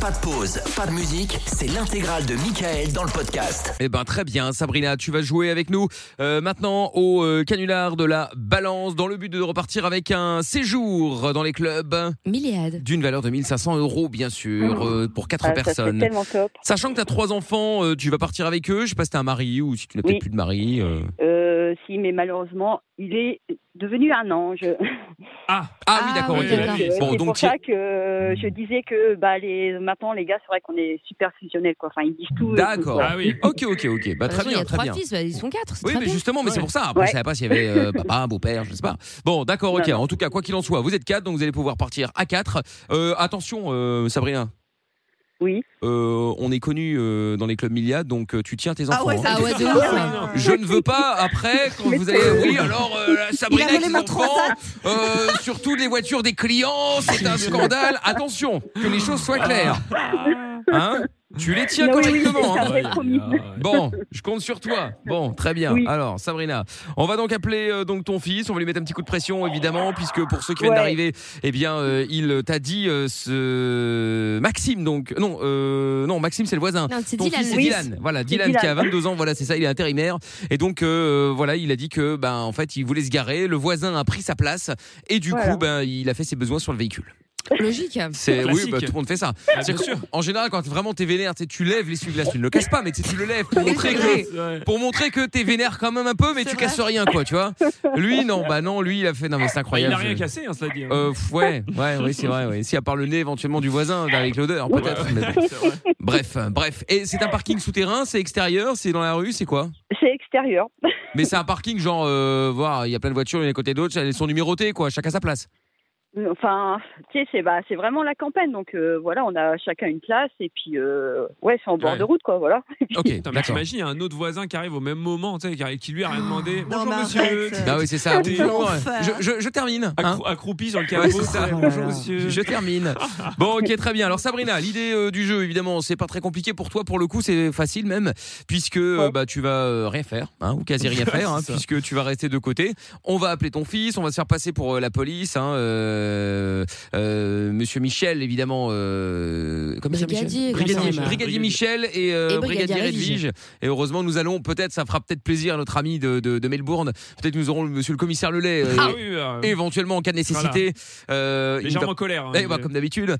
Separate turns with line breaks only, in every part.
Pas de pause, pas de musique, c'est l'intégrale de Michael dans le podcast.
Eh ben très bien, Sabrina, tu vas jouer avec nous euh, maintenant au euh, canular de la balance dans le but de repartir avec un séjour dans les clubs
Milliade.
d'une valeur de 1500 euros bien sûr euh, pour quatre
Ah, ça, C'est
personnes.
tellement top.
Sachant que tu as trois enfants, euh, tu vas partir avec eux. Je sais pas si tu un mari ou si tu n'as
Oui.
peut-être plus de mari. euh.
Euh, si, mais malheureusement, il est devenu un ange.
Ah, oui,
Ah,
d'accord.
oui,
ok.
d'accord.
Euh,
Bon,
c'est
donc
pour
tu-
ça que euh, je disais que bah, les... maintenant, les gars, c'est vrai qu'on est super fusionnels. Quoi. Enfin, ils disent tout. et tout,
D'accord.
quoi.
Ah oui.
Ok, ok, ok. Bah,
De
très
toute façon, il y
bien,
a
très
trois
bien.
fils, bah, ils sont quatre. c'est
Oui,
très
mais
bien.
justement, mais
Ouais.
c'est pour ça. Après,
Ouais.
je savais pas s'il y avait euh, papa, beau-père, je sais pas. Bon, d'accord, ok.
Non,
En tout cas, quoi qu'il en soit, vous êtes quatre, donc vous allez pouvoir partir à quatre. Euh, attention, euh, Sabrina.
Oui.
Euh, on est connu euh, dans les clubs milliards, donc euh, tu tiens tes enfants.
Ah ouais, ça
hein.
Ah ouais, de ouf.
Ah,
ouais.
Je ne veux pas après quand
Mais
vous
c'est-
allez. Oui, alors euh, la Sabrina,
Il a volé
et ses
ma
enfants, euh, surtout les voitures des clients, c'est un scandale. Attention, que les choses soient claires. Hein Tu les tiens
Non, oui, oui,
correctement.
c'est
hein.
ça. promis.
Bon, je compte sur toi. Bon, très bien.
Oui.
Alors, Sabrina, on va donc appeler euh, donc ton fils. On va lui mettre un petit coup de pression, évidemment, puisque pour ceux qui viennent
Ouais.
d'arriver, eh bien, euh, il t'a dit euh, ce Maxime. Donc, non, euh, non, Maxime, c'est le voisin.
Non, c'est
Ton
Dylan.
fils, c'est
Oui.
Dylan. Voilà, Dylan,
Dylan.
qui a 22 ans. Voilà, c'est ça. Il est intérimaire. Et donc, euh, voilà, il a dit que, ben, en fait, il voulait se garer. Le voisin a pris sa place et du
Voilà.
coup, ben, il a fait ses besoins sur le véhicule.
Logique.
C'est oui,
Classique.
bah, tout le monde fait ça.
Ah,
C'est
bien
que-
sûr.
En général, quand vraiment t'es vénère, tu sais, tu lèves l'essuie-glace, tu ne le casses pas, mais tu sais, tu le lèves pour montrer que. Pour montrer que t'es vénère quand même un peu, mais
C'est
tu
vrai.
casses rien, quoi, tu vois. Lui, non, bah non, lui, il a fait. Non, mais c'est
Il
incroyable.
n'a rien
Je-
cassé, hein, cela dit.
Euh, pff, ouais, ouais, oui, c'est vrai. Ouais. Si à part le nez éventuellement du voisin avec l'odeur,
Ouais,
peut-être. mais
ouais,
bon.
c'est vrai.
Bref, euh, bref. Et c'est un parking souterrain, c'est extérieur, c'est dans la rue, c'est quoi
C'est extérieur.
Mais c'est un parking genre, euh, voir, il y a plein de voitures, il y en a à côté d'autres, elles sont numérotées, quoi, chacun sa place.
Enfin, tu sais, c'est bah, c'est vraiment la campagne. Donc euh, voilà, on a chacun une place. Et puis, euh, ouais, c'est en bord
Ouais.
de route, quoi. Voilà.
Ok,
Putain, mais
d'accord.
t'imagines, il y a un autre voisin qui arrive au même moment, tu sais, qui- qui lui a rien demandé. Bonjour
mais
monsieur.
arrête.
Ah oui, c'est ça.
Quel
Bonjour.
enfer.
Je, je- je termine. hein.
Accrou- accroupi sur le
Ouais,
canapé.
c'est ça.
Bonjour monsieur. Ah
Je termine. Bon, ok, très bien. Alors Sabrina, l'idée euh, du jeu, évidemment, c'est pas très compliqué pour toi. Pour le coup, c'est facile même, puisque euh, bah tu vas euh, rien faire, hein, ou quasi rien faire, hein,
C'est ça.
puisque tu vas rester de côté. On va appeler ton fils, on va se faire passer pour euh, la police. Hein, euh, euh, Monsieur Michel, évidemment. Euh, comment il s'appelle, Michel
Brigadier,
Brigadier,
Grandin.
Brigadier Michel et, euh,
Et
Brigadier,
Brigadier
Redvige. Et heureusement, nous allons peut-être, ça fera peut-être plaisir à notre ami de, de, de Melbourne. Peut-être nous aurons le- Monsieur le Commissaire Lelay. euh,
Ah oui, euh,
éventuellement en cas de nécessité. euh, il
légèrement
va-
en colère. hein,
Eh ben,
mais-
comme d'habitude.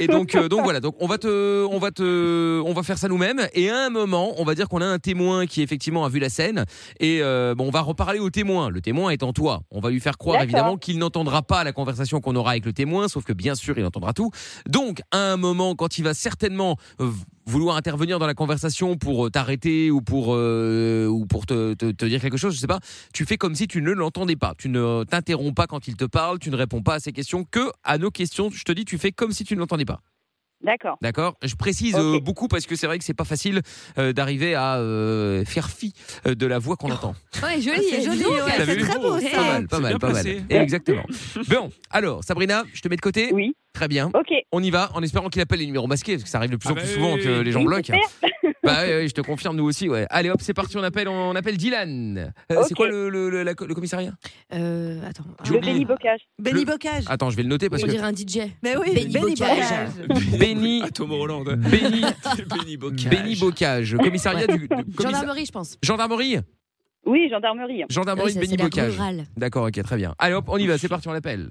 Et donc, euh, donc voilà. Donc on va te, on va te, on va faire ça nous-mêmes. Et à un moment, on va dire qu'on a un témoin qui effectivement a vu la scène. Et euh, bon, on va reparler au témoin. Le témoin étant toi, on va lui faire croire
D'accord.
évidemment qu'il n'entendra pas la conversation qu'on aura avec le témoin, sauf que bien sûr, il entendra tout. Donc à un moment, quand il va certainement euh, vouloir intervenir dans la conversation pour euh, t'arrêter ou pour euh, ou pour te, te- te dire quelque chose, je sais pas. Tu fais comme si tu ne l'entendais pas. Tu ne t'interromps pas quand il te parle. Tu ne réponds pas à ses questions que à nos questions. Je te dis, tu fais comme si tu ne l'entendais pas.
D'accord.
D'accord Je précise
Ok.
euh, beaucoup parce que c'est vrai que c'est pas facile euh, d'arriver à euh, faire fi euh, de la voix qu'on entend.
Ouais,
Ah,
joli.
C'est
dis
joli,
donc,
ouais,
t'as
c'est
vu
très beau
Eh,
Pas
ça.
mal, pas
c'est
mal,
bien
pas
placé.
mal. Exactement. bon, alors Sabrina, je te mets de côté.
Oui.
Très bien.
Ok.
On y va en espérant qu'il appelle les numéros masqués parce que ça arrive de plus
Ah
en
bah
plus
oui,
souvent
oui,
que
oui.
les gens bloquent.
Super.
Bah oui, oui, je te confirme, nous aussi, ouais. Allez hop, c'est parti, on appelle, on appelle Dylan. Euh, C'est
Ok.
quoi le, le- le- la- le commissariat
Euh, attends.
J'ai
Le
Ah,
oublié.
Benny Bocage.
Benny Bocage.
Attends, je vais le noter parce
On
que
dirait un DJ.
Mais oui,
Benny
Benny,
Bocage.
Bocage.
Benny,
Ah, Tom Holland.
Benny,
Benny Bocage.
Benny Bocage, commissariat du, du- commissa-
Gendarmerie, je pense.
gendarmerie,
Oui,
Oh,
gendarmerie.
Ah oui,
gendarmerie
ça,
de
c'est
Benny
la
Bocage.
rurale.
D'accord, ok, très bien. Allez hop, on y va, c'est parti, on l'appelle.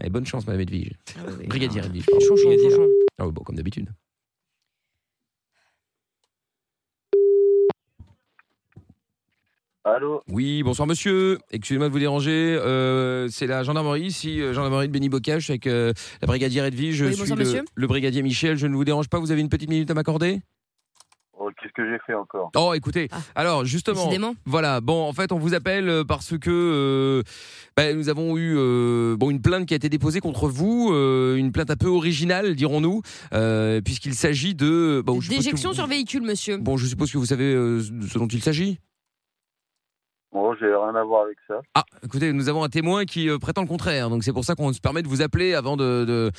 Allez, bonne chance, Madame Edwige.
Ah
Brigadier Edwige. pardon.
Chonchon,
Brigadier.
chonchon.
Ah oui, bon, comme d'habitude.
Allô
Oui, bonsoir monsieur. Excusez-moi de vous déranger. Euh, c'est la gendarmerie ici, euh, gendarmerie de Benny Bocage, avec euh, la brigadière Edwige. Je
Oui,
suis
bonsoir,
le,
monsieur.
le brigadier Michel. Je ne vous dérange pas. Vous avez une petite minute à m'accorder
Oh, Qu'est-ce que j'ai fait encore
Oh, écoutez.
Ah.
Alors, justement, Bah,
Décidément.
Voilà, bon, en fait, on vous appelle euh, parce que euh, bah, nous avons eu euh, bon, une plainte qui a été déposée contre vous, euh, une plainte un peu originale, dirons-nous, euh, puisqu'il s'agit de... bon, je suppose que
Déjection
vous- Bah,
sur véhicule, monsieur.
Bon, je suppose que vous savez euh, de ce dont il s'agit
Bon, j'ai rien à voir avec ça.
Ah, écoutez, nous avons un témoin qui euh, prétend le contraire, donc c'est pour ça qu'on se permet de vous appeler avant de, de-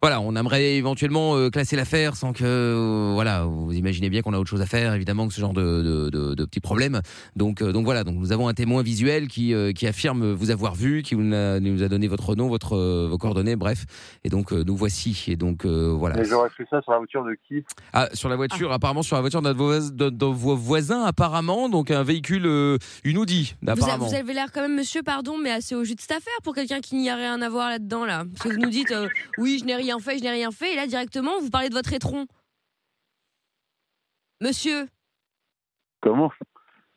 voilà, on aimerait éventuellement euh, classer l'affaire sans que, euh, voilà, vous imaginez bien qu'on a autre chose à faire, évidemment, que ce genre de, de, de- de petits problèmes. Donc, euh, donc voilà, donc nous avons un témoin visuel qui, euh, qui affirme vous avoir vu, qui vous a- nous a donné votre nom, votre euh, vos coordonnées, bref, et donc euh, nous voici, et donc euh, voilà.
Mais j'aurais fait ça sur la voiture de qui
Ah, sur la voiture, apparemment, sur la voiture d'un de, vos- de- de vos voisins, apparemment, donc un véhicule, euh, une Audi,
Vous, a-
apparemment.
vous avez l'air quand même, monsieur, pardon, mais assez au jus de cette affaire pour quelqu'un qui n'y a rien à voir là-dedans, là. Parce que vous nous dites, euh, oui, je n'ai rien fait, je n'ai rien fait, et là, directement, vous parlez de votre étron. Monsieur,
Comment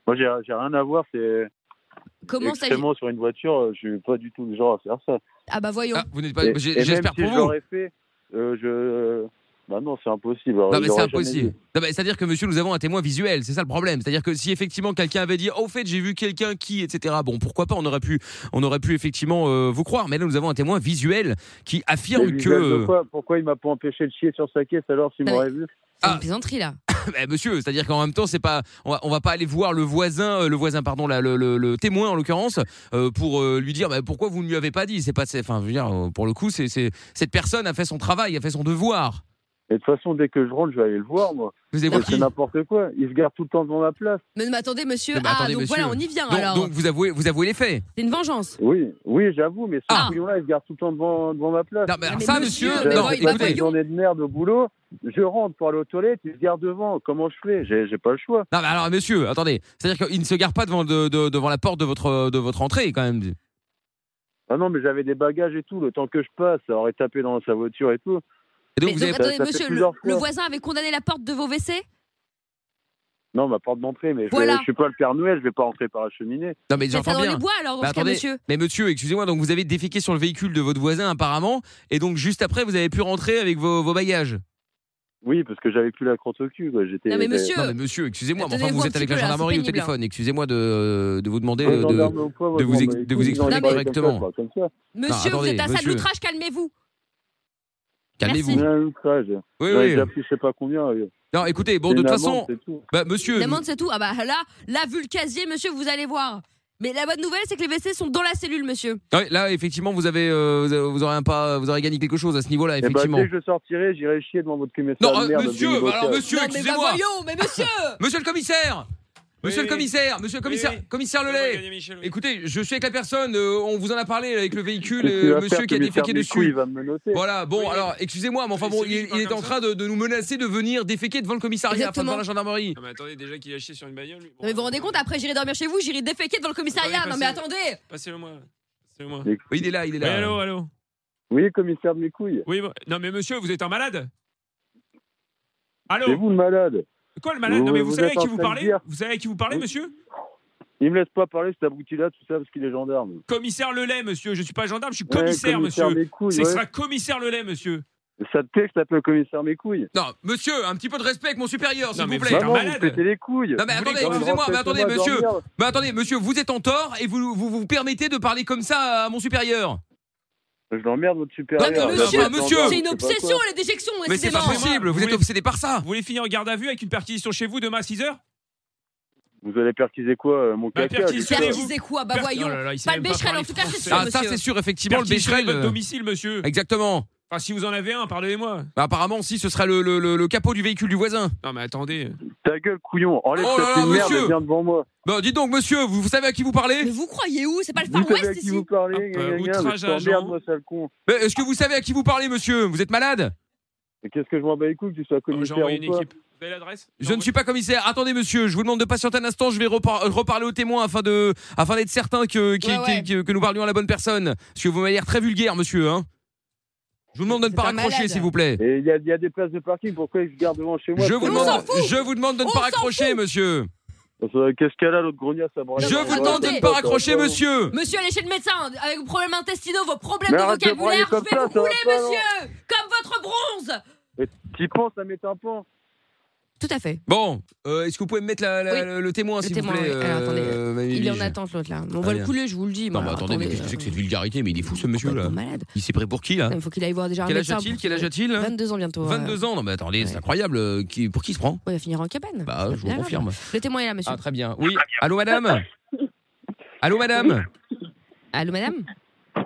Moi, j'ai j'ai rien à voir. C'est
comment ça.
extrêmement sur une voiture. euh, Je suis pas du tout le genre à faire ça.
Ah bah voyons.
Ah, vous n'êtes pas.
Et- et
j'ai-
même
J'espère
si
pour
je
vous.
l'aurais fait, euh, je. Bah non, c'est impossible. Alors,
Non,
je
mais c'est
l'aurais jamais
impossible.
dit.
Non, mais c'est-à-dire que monsieur, nous avons un témoin visuel, c'est ça le problème. C'est-à-dire que si effectivement quelqu'un avait dit, au fait, j'ai vu quelqu'un qui, etc. Bon, pourquoi pas, on aurait pu, on aurait pu effectivement euh, vous croire. Mais là, nous avons un témoin visuel qui
Mais
affirme que.
visuel de quoi Pourquoi il m'a pas empêché de chier sur sa caisse alors s'il
Ah,
m'aurait vu
C'est
Ah.
une plaisanterie là.
Eh, monsieur, c'est-à-dire qu'en même temps, c'est pas, on va, on va pas aller voir le voisin, euh, le voisin, pardon, là, le, le- le témoin en l'occurrence, euh, pour euh, lui dire bah, pourquoi vous ne lui avez pas dit. C'est pas, c'est- enfin, je veux dire, euh, pour le coup, c'est, c'est- cette personne a fait son travail, a fait son devoir.
Et de toute façon, dès que je rentre, je vais aller le voir, moi.
Vous avez
Moi,
qui
C'est n'importe quoi. Il se garde tout le temps devant ma place.
Mais, mais attendez, monsieur.
Mais bah,
ah,
attendez,
donc
monsieur.
voilà, on y vient
donc,
alors.
donc vous avouez, vous avouez les faits.
C'est une vengeance.
Oui, oui, j'avoue, mais ce
Ah.
couillon-là, il se garde tout le temps devant, devant ma place.
Non, mais alors
Ah, mais
ça, monsieur,
monsieur,
J'ai
mais
non,
voyez-
passé
écoutez,
une journée de merde au boulot. Je rentre pour aller aux toilettes, il se garde devant. Comment je fais J'ai j'ai pas le choix.
Non, mais alors, monsieur, attendez. C'est-à-dire qu'il ne se gare pas devant, de- de- devant la porte de votre, de votre entrée, quand même.
Ah non, mais j'avais des bagages et tout. Le temps que je passe, ça aurait tapé dans sa voiture et tout.
Et donc,
Mais
vous
donc,
avez.
attendez,
Ça- ça fait
monsieur, le,
plusieurs
le
fois.
voisin avait condamné la porte de vos WC
Non, ma porte d'entrée, mais je,
Voilà.
vais- je suis pas le Père Noël, je vais pas rentrer par la cheminée.
Non, mais
C'est ça
j'entends
dans les
bien.
bois alors, dans
Bah,
ce cas,
attendez.
monsieur.
Mais monsieur, excusez-moi, donc vous avez déféqué sur le véhicule de votre voisin, apparemment. Et donc, juste après, vous avez pu rentrer avec vos, vos bagages.
Oui, parce que j'avais plus la crotte au cul. quoi. J'étais.
Non, mais monsieur,
Non, mais monsieur, excusez-moi, mais enfin,
Tenez-vous
vous
un
êtes avec la
petit peu, là,
gendarmerie
c'est
au
pénible,
téléphone. Excusez-moi de, de vous demander.
Les
euh, de...
gendarmes au poivre,
de vous
ils
ex-
m'ont les
de vous
couilles dans les
expliquer
oreilles comme ça,
correctement.
quoi, Comme ça.
attendez,
monsieur, vous êtes un sale
monsieur.
outrage, calmez-vous.
Calmez-vous.
Merci.
Bien, outrage.
Oui,
J'en ai
oui.
déjà pris je sais pas combien. euh.
Non, écoutez, bon,
C'est
de
une
toute façon,
amende, c'est tout.
bah, monsieur.
Demande, c'est tout. Ah bah là, là, vu le casier, monsieur, vous allez voir. Mais la bonne nouvelle, c'est que les WC sont dans la cellule, monsieur.
Ah oui, là, effectivement, vous avez, euh, vous avez- vous aurez un pas, vous aurez gagné quelque chose à ce niveau-là,
Eh ben,
effectivement.
dès que je sortirai, j'irai chier devant votre commissaire.
Non,
de
euh,
merde, Denis
monsieur, bah,
Bocca.
alors monsieur,
non, mais bah
excusez-moi.
voyons, mais monsieur
Monsieur le commissaire Monsieur
Oui,
le
oui.
commissaire Monsieur le
Oui,
commissaire
oui.
Commissaire Lelay Écoutez, je suis avec la personne, euh, on vous en a parlé avec le véhicule,
Qu'est-ce qu'il
euh,
va
monsieur
faire,
qui a
celui
déféqué
ferme les couilles,
dessus.
Il va me menotter.
Voilà, bon,
Oui.
alors, excusez-moi, mais enfin
Oui,
bon, il,
c'est lui qui
il
parle
est en
comme
train de, de nous menacer de venir déféquer devant le commissariat, enfin
Exactement.
devant la gendarmerie.
Non, mais attendez, déjà qu'il a chié sur une bagnole. euh, Lui.
Non, mais vous vous rendez compte, après j'irai dormir chez vous, j'irai déféquer devant le commissariat.
Attendez,
Non, mais
passez.
attendez
Passez-le moi. Passez-le moi.
Oui, il est là, il est
Oui,
là.
allô, allô.
Oui, commissaire de mes couilles.
Oui, bon- non, mais monsieur, vous êtes un malade Allô
C'est vous le malade.
Quoi, le malade Non,
Vous-
mais vous,
vous
savez à
êtes
qui
en
vous
train de
parlez
dire-
Vous savez à qui vous parlez,
Oui.
monsieur
Il me laisse pas parler cet abruti-là, tout ça, parce qu'il est gendarme.
Commissaire Lelay, monsieur. Je suis pas gendarme, je suis
Ouais,
commissaire, monsieur.
Mes couilles,
C'est
ouais.
que ce sera commissaire Lelay, monsieur.
Ça te texte, t'appelles commissaire mes couilles.
Non, monsieur, un petit peu de respect avec mon supérieur, s'il
Non,
vous
mais
plaît.
êtes
Bah
un
non, vous
malade.
pétez les couilles.
Non, mais
Vous
attendez,
voulez quand même
excusez-moi,
Rentrez
mais
chez
attendez,
moi,
monsieur.
dormir.
Mais attendez, monsieur, vous êtes en tort et vous vous, vous, vous permettez de parler comme ça à mon supérieur.
Je l'emmerde, votre supérieur.
Non, mais monsieur,
Bah, bah,
monsieur,
gendarme,
C'est une
je sais pas
obsession,
quoi.
les déjections,
Euh. Mais c'est pas
décidément
possible, vous
Vous
êtes
voulez-
obsédé par ça.
Vous voulez finir en garde à vue avec une perquisition chez vous demain à 6h
Vous allez perquiser quoi, euh, mon
Bah,
caca
perquisition-
je sais pas.
Perquisez quoi Bah
Oh
voyons Pas le Becherel, en tout cas, c'est sûr,
Ah,
ça.
ça,
monsieur.
c'est sûr, effectivement, le Becherel.
votre
euh,
domicile, monsieur.
Exactement.
Enfin, si vous en avez un, pardonnez-moi.
Bah, apparemment, si, ce serait le, le- le- le capot du véhicule du voisin.
Non, mais attendez.
Ta gueule, couillon. Enlève
Oh là
cette
là,
merde
monsieur.
et viens devant moi.
Bon, dites donc, monsieur, vous, vous savez à qui vous parlez
Mais vous croyez où C'est pas le Far
Vous savez à
West
qui
ici
vous parlez,
Hop, euh,
gna, gna, gna, mais
outrage
je
à
t'emmerde,
agent.
moi, sale con.
Mais Est-ce que vous savez à qui vous parlez, monsieur Vous êtes malade
Mais Qu'est-ce que je m'en bats les couilles que tu sois
J'ai
commissaire
envoyé Oh, une
ou pas
équipe. Vous avez l'adresse
Je ne suis pas commissaire. Attendez, monsieur, je vous demande de patienter un instant. Je vais repar- reparler au témoin afin de, afin d'être certain que, qui-
Ouais, ouais.
qui- que- que nous parlions à la bonne personne. Parce que vous m'avez l'air très vulgaire, monsieur. Hein je vous demande de ne
C'est
pas
un
raccrocher,
malade.
s'il vous plaît.
Et il y, a- il y a des places de parking, pourquoi ils se gardent devant chez moi
Je
parce
vous,
que
On s'en
demande,
moi,
fout.
je vous demande de ne
On
pas
s'en
raccrocher, monsieur.
euh, Qu'est-ce qu'elle a, l'autre grognasse à branler
Je
dans
vous
la
demande de
voiture,
ne pas
attends,
raccrocher,
attends.
monsieur.
Monsieur, allez chez le médecin, avec vos problèmes intestinaux, vos problèmes
Mais
de
arrête de brailler
vocabulaire, je
comme
vais
ça,
vous
ça va
rouler,
pas, non.
monsieur Comme votre bronze
Et T'y penses, ça met un pan.
Tout à fait.
Bon, euh, est-ce que vous pouvez me mettre la- la-
Oui.
le, le témoin, s'il vous
témoin,
plaît euh,
oui. Alors, attendez.
Mamie
Il est en Ah,
Lige.
attente, l'autre là. On
Ah,
va le
bien.
couler, je vous le dis.
Non,
moi.
mais
Alors,
attendez, mais qu'est-ce que c'est que cette vulgarité Mais il est fou, ce monsieur, là.
complètement malade.
Il s'est pris pour qui, là
Il faut qu'il aille voir déjà Ah, un
Quel âge
médecin.
a-t-il Quel âge a-t-il hein
22 ans bientôt.
22 ans, non mais attendez, c'est
Ouais.
incroyable. euh, qui- pour qui il se prend
On va finir en cabane.
Bah,
C'est
je vous
Ah, bien grave.
confirme.
Le témoin est là, monsieur.
Ah, très bien. Oui, allô, madame Allô, madame
Allô, madame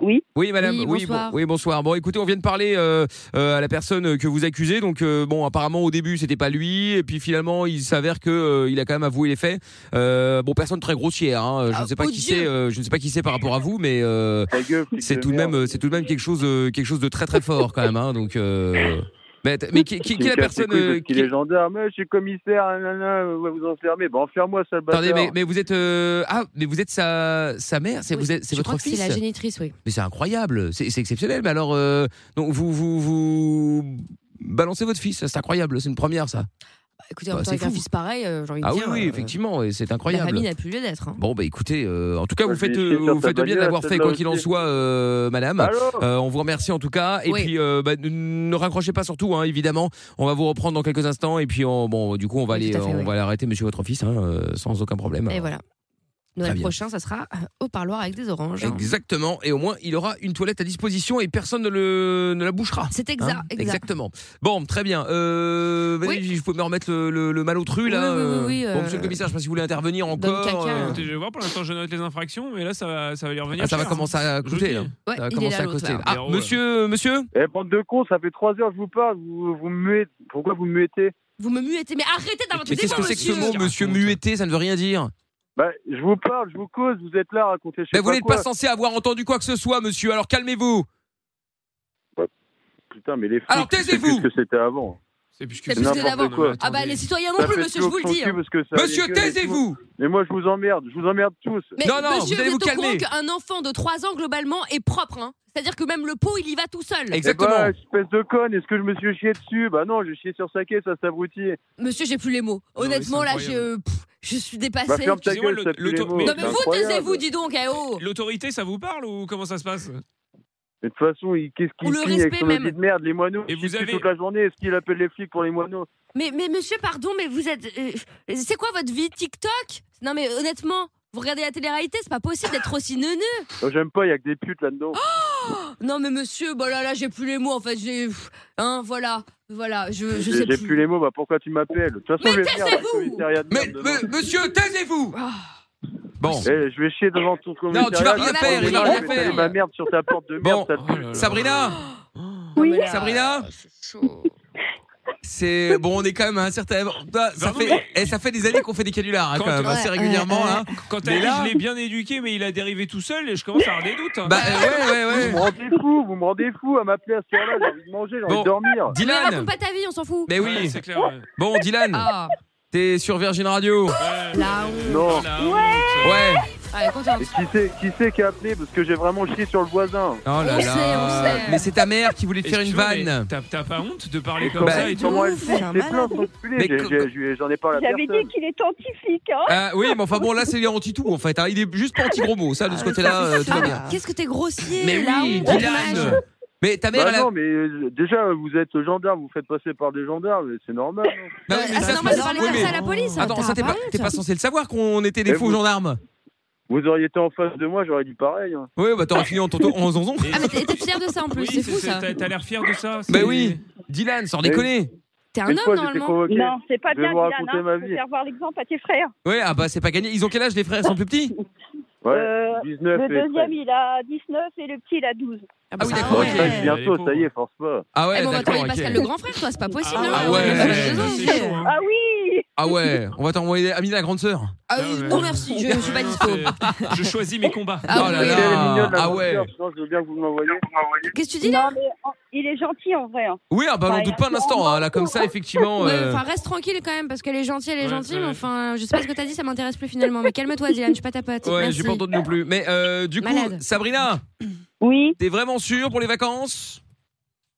Oui.
Oui, madame.
Oui, bonsoir.
bon- oui, bonsoir. Bon, écoutez, on vient de parler euh, euh, à la personne que vous accusez. Donc, euh, bon, apparemment, au début, c'était pas lui. Et puis, finalement, il s'avère que euh, il a quand même avoué les faits. Euh, bon, personne très grossière. hein. Je
Ah,
ne sais pas
oh
qui
Dieu.
c'est. euh, je ne sais pas qui c'est par rapport à vous, mais euh,
Ta gueule, flic
c'est
de
tout de
merde.
même, euh, c'est tout de même quelque chose, euh, quelque chose de très très fort quand même. hein. Donc, euh, mais, mais qui, qui- qui est la
Il me casse les
personne
couilles
euh,
parce qu'il
qui-
est gendarme, Eh, je suis commissaire, nanana, ouais, vous enfermez. Bah, enferme-moi, sale bâtard.
Attendez, mais, mais vous êtes euh, ah, mais vous êtes sa sa mère, c'est
Oui,
vous êtes, c'est
je
votre
crois que
fils.
C'est la génitrice, oui.
Mais c'est incroyable, c'est c'est exceptionnel. Mais alors, euh, donc vous, vous, vous balancez votre fils, c'est incroyable, c'est une première ça.
Bah, écoutez, en
Bah,
même temps,
c'est
avec un
fou.
fils pareil, euh, j'ai envie de
Ah oui,
dire.
oui,
euh,
effectivement, et c'est
La
incroyable.
famille n'a plus lieu d'être. hein.
Bon, bah écoutez, euh, en tout cas, vous
Ouais,
faites,
je
euh,
vais essayer de
vous
faire
faites
ta
bien
bagnole,
d'avoir fait
celle-là
quoi qu'il en
aussi.
soit, euh, madame.
Allô
Euh, on vous remercie en tout cas. Et
Oui.
puis, euh, bah, ne- ne raccrochez pas surtout, hein, évidemment. On va vous reprendre dans quelques instants. Et puis, on- bon, du coup, on va
Oui,
aller,
tout à fait,
on
oui. Eh
va aller arrêter Monsieur votre fils, hein, euh, sans aucun problème.
Et voilà. Noël
bien.
prochain, ça sera euh, au parloir avec des oranges.
Exactement. Et au moins, il aura une toilette à disposition et personne ne, le, ne la bouchera.
C'est
Hein
exact. exact.
Exactement. Bon, très bien. Euh, Valérie, vous pouvez me remettre le, le, le malotru,
Oui,
là
oui, oui,
euh,
oui, euh,
Bon, monsieur le commissaire, je sais pas si vous voulez intervenir
Donne
encore.
caca,
euh,
hein.
Écoutez, je vais voir, pour l'instant, je note les infractions, mais là, ça, va- ça va lui revenir.
ah, ça va
cher.
commencer à
Je vous
coûter,
le
là.
dis.
Ouais,
Ça va
il est
commencer
là,
à
l'autre,
coûter.
là.
Ah,
Alors, ouais.
monsieur, monsieur
Eh, bande de cons, ça fait trois heures que je vous parle, vous, vous me muez. Pourquoi vous me muetez
Vous me muetez, mais arrêtez d'inventer
Mais
des
qu'est-ce que
mots,
c'est que ce
monsieur
mot, monsieur
Raconte.
mueté Ça ne veut rien dire.
Bah, je vous parle, je vous cause, vous êtes là à raconter je sais
Mais vous
pas
n'êtes
quoi.
pas censé avoir entendu quoi que ce soit, monsieur, alors calmez-vous.
Putain, mais les flics,
Alors,
je sais
taisez-vous.
plus ce que c'était avant.
C'est plus
C'est
que
plus
ça.
que d'avant.
Non, mais
Ah
Ah bah
attendez.
les citoyens
Ça
non
fait
plus, monsieur, je
toujours
vous le
son
dis.
cul
hein.
parce que ça
Monsieur,
dégueule et tout.
taisez-vous
Mais moi, je vous emmerde, je vous emmerde tous.
Mais
Non, non,
monsieur,
vous allez vous
êtes au courant
calmer.
qu'un enfant de 3 ans, globalement, est propre. hein. C'est-à-dire que même le pot, il y va tout seul.
Eh
Exactement.
bah, espèce de conne, est-ce que je me suis chié dessus Bah non, j'ai chié sur sa caisse, ça s'abrutit.
Monsieur, j'ai plus les mots.
mais
Honnêtement,
c'est
là,
incroyable.
je, pff, je suis
Bah
dépassée.
ferme ta
Excusez-moi,
gueule,
le-
ça pue
le
les
to-
mots,
mais-
non,
c'est
mais vous,
incroyable.
taisez-vous, dis donc, eh oh.
L'autorité, ça vous parle ou comment ça se passe
Mais de toute façon, il- qu'est-ce
Ou
qu'il
le
signe avec
respect
son
même.
outil de merde, les moineaux
Et
Et
vous
vous
avez-
toute la journée, est-ce qu'il appelle les flics pour les moineaux
Mais, mais monsieur, pardon, mais vous êtes. euh, c'est quoi votre vie TikTok Non, mais honnêtement, vous regardez la télé-réalité, c'est pas possible d'être aussi neuneux.
Oh, J'aime pas, il y a que des putes là-dedans.
Ah, Non, mais monsieur, bah là, là, j'ai plus les mots, en fait. J'ai. pff, Hein, voilà. Voilà, je, je
J'ai
sais
j'ai
plus.
plus les mots, bah pourquoi tu m'appelles De toute façon,
Mais
je vais venir à
taisez-vous
ton commissariat de
Mais,
merde
me- monsieur, taisez-vous
Ah,
Bon.
Eh, je vais chier devant ton commissariat.
tu vas rien
je vais
faire,
prendre
il va
des
rien
marques, je vais
faire.
étaler ma merde sur ta porte de
Bon.
merde, ça pue.
Sabrina
non, mais là,
Sabrina
Ah, c'est chaud.
C'est bon, on est quand même à un certain. Ça, ça
Non,
fait,
mais-
eh, ça fait des années qu'on fait des canulars hein, quand
Quand-
même, assez
Ouais,
régulièrement.
ouais,
hein.
Quand
Mais
t'as dit,
là-
je l'ai bien éduqué, mais il a dérivé tout seul et je commence à avoir des doutes. hein.
Bah euh, ouais, ouais,
Vous me
ouais.
rendez fou, vous me rendez fou à m'appeler à ce heure-là, j'ai envie de manger, j'ai envie
Bon.
de dormir.
Mais
Dylan
raconte pas ta vie, on s'en fout.
Mais
Ouais,
oui.
c'est clair. ouais.
Bon, Dylan,
Ah,
t'es sur Virgin Radio.
Ouais.
là, on.
Non.
Voilà. Ouais.
Ouais.
Allez,
Et
contente.
qui c'est qui, c'est qui a appelé Parce que j'ai vraiment chié sur le voisin.
Oh là
On
là.
sait, on sait.
Mais c'est ta mère qui voulait te faire une
Excuse-moi, mais
vanne.
T'as t'as pas honte de parler comme
Comment-
ça et tout
Comment elle
ouf,
fait
c'est un
J'ai plein de
Mais
enculés, j'ai-
que-
j'ai- j'ai- j'en ai parlé à
J'avais
personne. Ah,
dit qu'il est anti-flic, hein
Euh, oui, mais enfin bon, là c'est anti tout en fait. hein. Il est juste pas anti gros mots, ça de ce
Ah,
côté-là, euh, tout va
Ah,
bien.
Qu'est-ce que t'es grossier
Mais
là
oui,
on prend l'âge.
Dylan. Mais ta mère,
Bah
elle a.
non, mais euh, déjà, vous êtes gendarme, vous faites passer par des gendarmes, c'est normal. non
Bah oui,
Euh,
mais ça,
ah, c'est
c'est-
normal de parler
oui,
comme
mais-
ça à la police. hein,
Attends, ça t'es pas, t'es
honte.
pas censé le savoir qu'on était des
Et
faux
vous-
gendarmes.
Vous auriez été en face de moi, j'aurais dit pareil. hein.
Oui, bah t'aurais fini en tonton, en zonzon.
Et-
Ah, mais t'es t'es fier de ça en plus,
Oui,
c'est fou
c'est-
ça.
T'as t'as l'air fier de ça.
Bah
c'est-
oui. Dylan, sans
Mais-
déconner.
T'es un
Une fois,
homme
j'étais
normalement.
convoqué.
Ah Non, c'est pas
Je vais
bien,
vous
Dylan,
raconter
hein.
ma
Faut
vie.
faire voir l'exemple à tes frères.
Ouais, ah bah c'est pas gagné. Ils ont quel âge les frères Ils sont plus petits
Ouais,
Euh,
19
Le
et
deuxième,
13.
il a 19 et le petit, il a 12.
Ah oui,
Ah
d'accord.
Ouais,
ok.
ça, c'est
Les
bientôt,
pauvres.
ça y est, force pas.
Ah ouais,
Eh, mais on va
d'accord.
t'envoyer
ok.
Pascal le grand frère, toi, c'est pas possible. hein.
Ah ouais,
ça,
ouais,
c'est chaud, hein.
Ah oui
Ah ouais, on va t'envoyer Amina la grande sœur.
Ah oui,
Ah ouais.
non merci, je, je suis pas
Non,
dispo.
c'est- Je choisis mes combats.
Ah
oh là
oui.
là.
Elle est mignonne, la
ah
grande
ouais.
sœur, Sinon, je veux bien que vous m'envoyiez.
Qu'est-ce que tu dis là
Non, mais en- il est gentil en vrai. hein.
Oui, ah bah on
Bah,
doute pas un instant. hein. Là comme ça, effectivement.
Ouais,
euh,
Enfin, reste tranquille quand même, parce qu'elle est gentille, elle est
Ouais,
gentille,
ouais.
mais enfin, je sais pas ce que t'as dit, ça m'intéresse plus finalement. Mais calme-toi, Dylan, je suis pas ta pote.
Ouais,
Merci.
j'ai pas entendu non plus. Mais euh, du coup,
Malade.
Sabrina,
Oui,
t'es vraiment sûre pour les vacances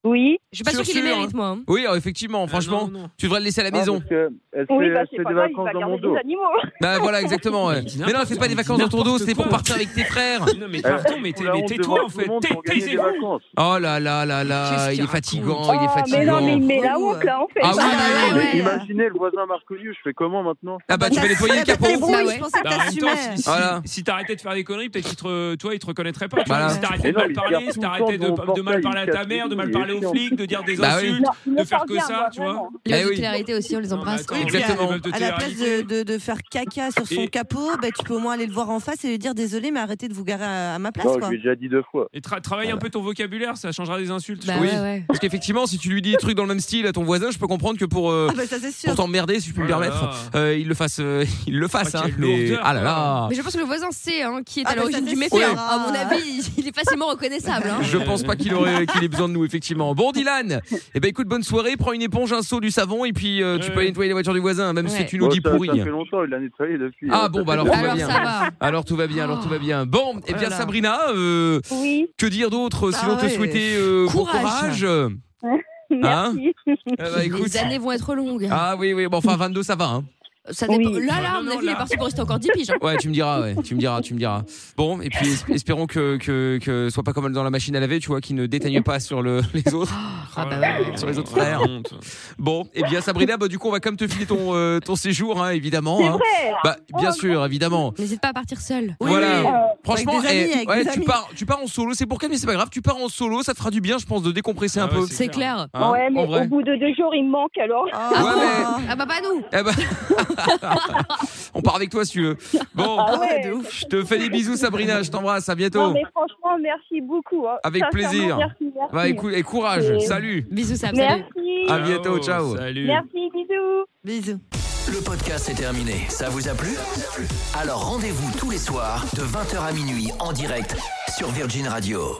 oui.
Je suis pas
Sûr,
sûre qu'il les
sûr,
mérite, moi. hein.
Oui, alors, effectivement, franchement,
Ah, non, non.
tu devrais le laisser à la
Ah,
maison.
parce que Elle
Oui, bah,
fait-
c'est
fait
pas
des
grave, il
vacances
va
dans mon
garder
dos.
des animaux.
Bah voilà, exactement. ouais.
Mais dis
Mais non, fais pas des
n'importe
vacances dans ton dos,
quoi.
c'était pour partir avec tes frères.
Non, mais
Euh,
Eh,
pardon, mais t'es- mais tais-toi en fait. Tais-
des
Taisez-vous.
vacances.
Oh là là là
Qu'est-ce
là, il
qu'il
est
raconte
fatigant, il est
Oh, mais non, mais il
fatigant.
met la
Relou,
honte là en fait.
Ah oui,
Ah,
oui, oui.
ouais,
Mais
ouais.
Imaginez le voisin Marconiu, je fais comment maintenant
Ah bah tu vas nettoyer le capot.
bon.
Bah
ouais.
Je pensais que
Bah, en même temps,
t'assumais.
si, si-
Voilà.
si t'arrêtais de faire des conneries, peut-être qu'ils te, re- toi, ils te reconnaîtraient pas. tu
Voilà.
vois. Si t'arrêtais
Mais
de
non,
mal
mais il
parler,
garde
si
tout le
t'arrêtais
temps
de,
dans mon
de mal
portail,
parler à
il
ta
casse
mère, de
les
mal
couilles,
parler parler aux
chiant.
flics, de dire des
Bah oui.
insultes.
Non, me
faire
parle
que
bien,
ça, tu vois.
vraiment.
La
Eh oui.
télé-réalité aussi, on les
Non, mais
embrasse. hein.
attends,
Oui,
il y a des
exactement.
meufs de
À la place
télé-réalité.
de, de- de faire caca sur son
Et-
capot, bah, tu peux au moins aller le voir en face et lui dire désolé, mais arrêtez de vous garer à, à ma place.
Bah,
Non, je
quoi.
lui ai déjà dit deux fois.
Et tra- travaille un peu ton vocabulaire, ça changera des insultes.
Bah
je
Oui.
ouais, ouais.
Parce qu'effectivement, si tu lui dis des trucs dans le même style à ton voisin, je peux comprendre que pour, euh,
Ah, bah, ça, c'est sûr.
pour t'emmerder, si je puis me
Oh là
permettre,
là.
euh, il le fasse. euh, il le fasse,
Ah,
hein.
quelle
mais-
lourdeur.
Ah là là.
Mais je pense que le voisin sait hein, qui est
Ah,
à
bah,
l'origine
ça,
du
c'est
méfait.
sûr.
hein. À mon avis, il est facilement reconnaissable. hein.
Je pense pas qu'il aurait qu'il ait besoin de nous effectivement. Bon Dylan, eh ben écoute bonne soirée, prends une éponge, un seau, du savon et puis euh, tu
Ouais.
peux aller nettoyer la voiture du voisin hein, même si
Ouais.
tu nous
Bon,
dis
Oh, ça,
pourri.
ça fait longtemps, il l'a nettoyé depuis.
Ah
hein.
bon bah alors tout va
Alors
bien.
ça va.
Alors tout va bien, alors tout va bien. Bon, eh bien
Voilà.
Sabrina, euh,
Oui,
que dire d'autre
Bah
sinon te
ouais.
souhaiter euh, bon
Courage.
courage. Euh,
merci.
bah, écoute.
Les
hein.
années vont être longues.
Ah oui oui, bon enfin 22 ça va hein.
Ça dépend.
Oui.
Là, là, à mon
Non,
avis, il
là.
est parti pour rester encore 10 piges. hein.
Ouais, tu me diras, ouais, tu me diras, tu me diras. Bon, et puis es- espérons que que que ce soit pas comme dans la machine à laver, tu vois, qui ne déteigne pas sur le, les autres.
Ah bah ouais.
Sur les autres frères. Bon, eh bien Sabrina, bah, du coup on va quand même te filer ton euh, ton séjour, hein, évidemment.
C'est
hein.
vrai.
Bah bien sûr, évidemment.
N'hésite pas à partir seul.
Oui,
voilà.
oui. Euh,
Franchement,
Avec des amis,
eh,
avec
ouais,
des
tu
amis.
pars, tu pars en solo. C'est pour calme, mais c'est pas grave. Tu pars en solo, ça te fera du bien, je pense, de décompresser un
Ah ouais,
peu.
c'est
C'est clair.
Hein,
ouais, mais
en vrai.
au bout de deux jours, il me manque alors.
Ah,
Ouais,
bon.
mais-
Ah bah pas nous.
Eh ben, on part avec toi si tu veux. Bon,
Ah ouais,
ouais.
de ouf.
je te fais des bisous, Sabrina. Je t'embrasse. À
Non,
bientôt.
mais franchement, merci beaucoup. hein.
Avec
Sincèrement,
plaisir.
Merci, merci.
Bah écoute, et courage.
Et-
Salut.
Bisous, Sam. Salut.
merci.
À bientôt, ciao.
Salut.
Merci, bisous.
Bisous.
Le podcast est terminé. Ça vous a plu Alors rendez-vous tous les soirs de 20h à minuit en direct sur Virgin Radio.